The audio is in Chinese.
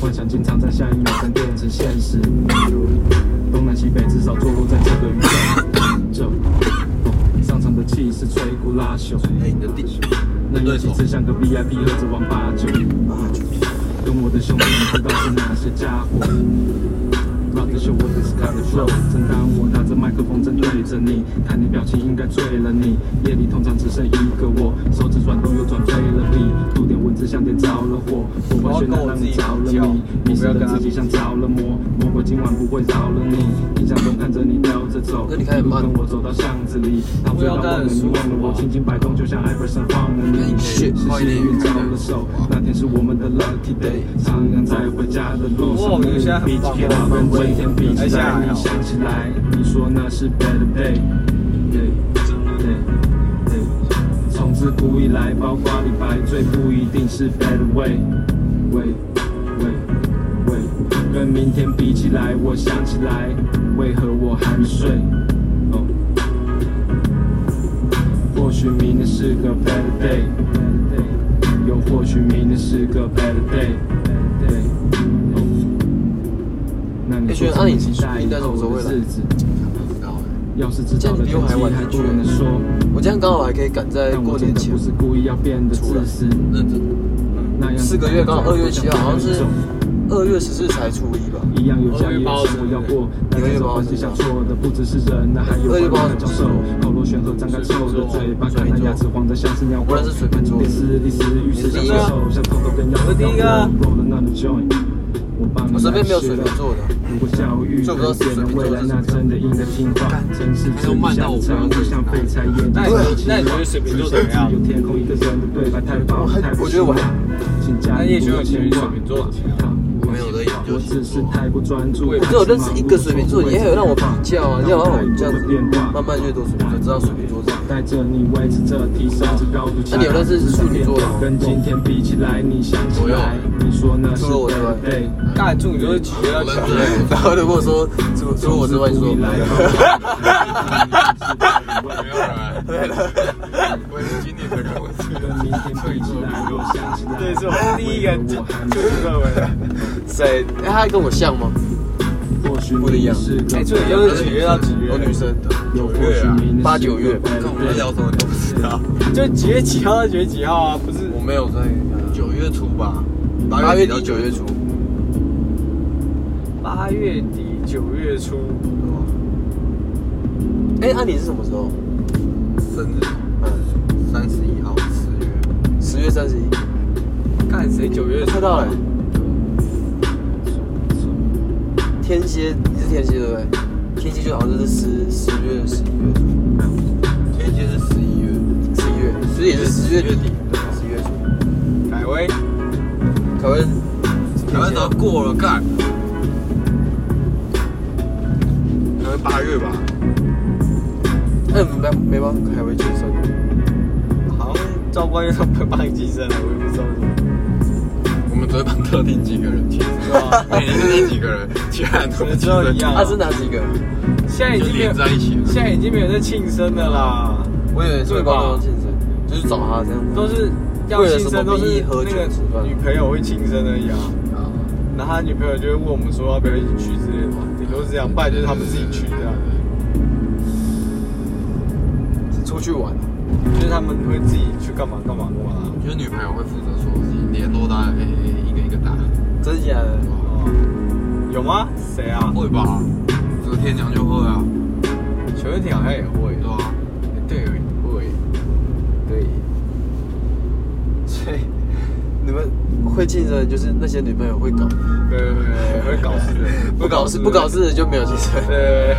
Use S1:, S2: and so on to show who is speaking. S1: 幻想经常在下一秒钟变成现实。东南西北至少坐落在这个宇宙。就上场的气势摧枯拉朽，
S2: 哎，你的弟兄，
S1: 那有几次像个 VIP 喝着王八酒，跟我的兄弟们不知道是哪些家伙。Rock the show，我的是 Cut the flow。正当我拿着麦克风正对着你，看你表情应该醉了你。夜里通常只剩一个我，手指转动又转飞了笔，读点文字像点着了火，火把渲染让你着了迷，迷失的自己像着了魔，魔鬼今晚不会饶了你。印象中看着你叼着走，
S2: 哥你开始慢
S1: 跟我走到巷子里，到最后忘了你，忘了我，轻轻摆动就像 Iverson 放了你。是
S2: Shit，
S1: 幸运招了手，那天是我们的 lucky day。徜徉在回家的路上，你比起老人每天比起来，你想起来，你说那是 better day。对对对，从自古以来，包括李白，最不一定是 better way。喂喂喂，跟明天比起来，我想起来，为何我还没睡？哦，或许明天是个 better day，又或许明天是个 better day。那你
S2: 哎轩
S1: 说
S2: 那你
S1: 期待
S2: 应
S1: 以
S2: 该什么时候
S1: 后
S2: 会来
S1: 的日子？
S2: 不知道哎。
S1: 要是知道了
S2: 这样你比我还晚才
S1: 还不
S2: 去
S1: 能说，
S2: 我今天刚好还可以赶在
S1: 但
S2: 过
S1: 我
S2: 年
S1: 真的
S2: 前
S1: 不，是故意要变得自私。
S2: 认真。
S1: 那样
S2: 四个月刚好二月七号，好像是二月十四才初一吧。
S1: 一样有家也有生活要过，但这种关系想错的不只是人，那还有外面的教授，口若悬河，张开臭的嘴巴，看他牙齿黄的像是尿垢，满足点私利私欲，是想接受，像偷偷跟药一样，roll another joint。我帮你
S2: 我身边没有水瓶座的，
S1: 如果教育
S2: 这
S1: 能
S2: 我不知道
S1: 点燃未来，那真的应该听话。城市自己像城，不像废柴，眼睛
S3: 那你觉得水瓶座怎么样
S1: 有天空一个人的对白太棒，太不
S2: 我觉得我还
S1: 行了请加
S3: 那
S1: 入
S3: 叶学
S1: 我
S3: 友
S1: 的
S3: 其实
S1: 牵
S3: 水
S1: 挂
S3: 瓶座很强。
S2: 我没有在研究
S1: 我只是太不专注。
S3: 我
S2: 只有认识一个水瓶座，你也有让我比较啊，你要让我这样子慢慢阅读水瓶座，知道水瓶座是
S1: 带着你维持着提升着高度期待。
S2: 那你有认识处女座的吗
S1: 跟今天比起来，你想起来，你说那是
S2: 除了我之外
S1: 对。
S3: 干处女座是几月要强？
S2: 然后如果说除除了我之外，你
S1: 从
S2: 说
S1: 自古以来
S4: 我已经经历了这个问题，
S1: 跟明天比起来，我想起来。
S3: 这是我第一个
S1: 我还没
S3: 处女座的。
S2: 谁？哎，他还跟我像吗？
S1: 或许
S2: 不一样
S1: 你是个
S3: 哎，处女座是几月到几月
S2: 我？女生的，
S1: 有或许你是
S2: 八九月吧
S1: 个
S4: 我们聊什么都不知道。
S3: 就几月几号到几月几号啊？不是
S2: 我没有在
S4: 九月初吧，
S2: 八月底九月初，
S3: 八月底九月初，
S2: 哎，那你是什么时候？
S4: 生日，
S2: 嗯，
S4: 三十一号，十月。
S2: 十月三十一，
S3: 干谁九月
S2: 快
S3: 初？
S2: 到了。天蝎，你是天蝎对不对？天蝎就好像是十十月、十一月初。
S4: 天蝎是十一月，
S2: 十一月，所以也是十月底，十一月初。
S3: 改为
S2: 凯文，
S4: 台湾早过了，干。台湾八月吧，哎
S2: 那没没帮凯文庆生，
S3: 好像赵光月他们帮你晋升了，我也不知道为什么。
S4: 我们只会帮特定几个人庆
S3: 是吧
S2: 哎
S4: 生，每年就那几个人，其他人都不庆
S3: 只有
S4: 生
S3: 一，样
S2: 他啊是哪几个？
S3: 现
S2: 哎
S3: 在已
S4: 就
S3: 经没有
S4: 连，在一起了。
S3: 现在已经没有在庆生的啦，
S2: 我以为是
S3: 对
S2: 帮他
S3: 吧？
S2: 庆生，就是找他这样子。
S3: 都是要庆生，都是那个女朋友会庆生而已啊。然后他女朋友就会问我们说要不要一起去之类的嘛，顶多是这样，不然就是他们自己啊去这样，
S2: 是出去玩，
S3: 就是他们会自己去干嘛干嘛干嘛。
S4: 就是女朋友会负责说自己联络大家，哎，一个一个打，
S2: 真的假的？
S3: 哦，有吗？谁啊？
S4: 会吧？昨天娘就会啊，
S3: 全文婷好像也会
S4: 对啊，
S3: 对，会，对，
S2: 所以你们会庆生的就是那些女朋友会搞，
S3: 对对对，会搞事的，
S2: 不搞事不搞事的就没有庆生。
S3: 对。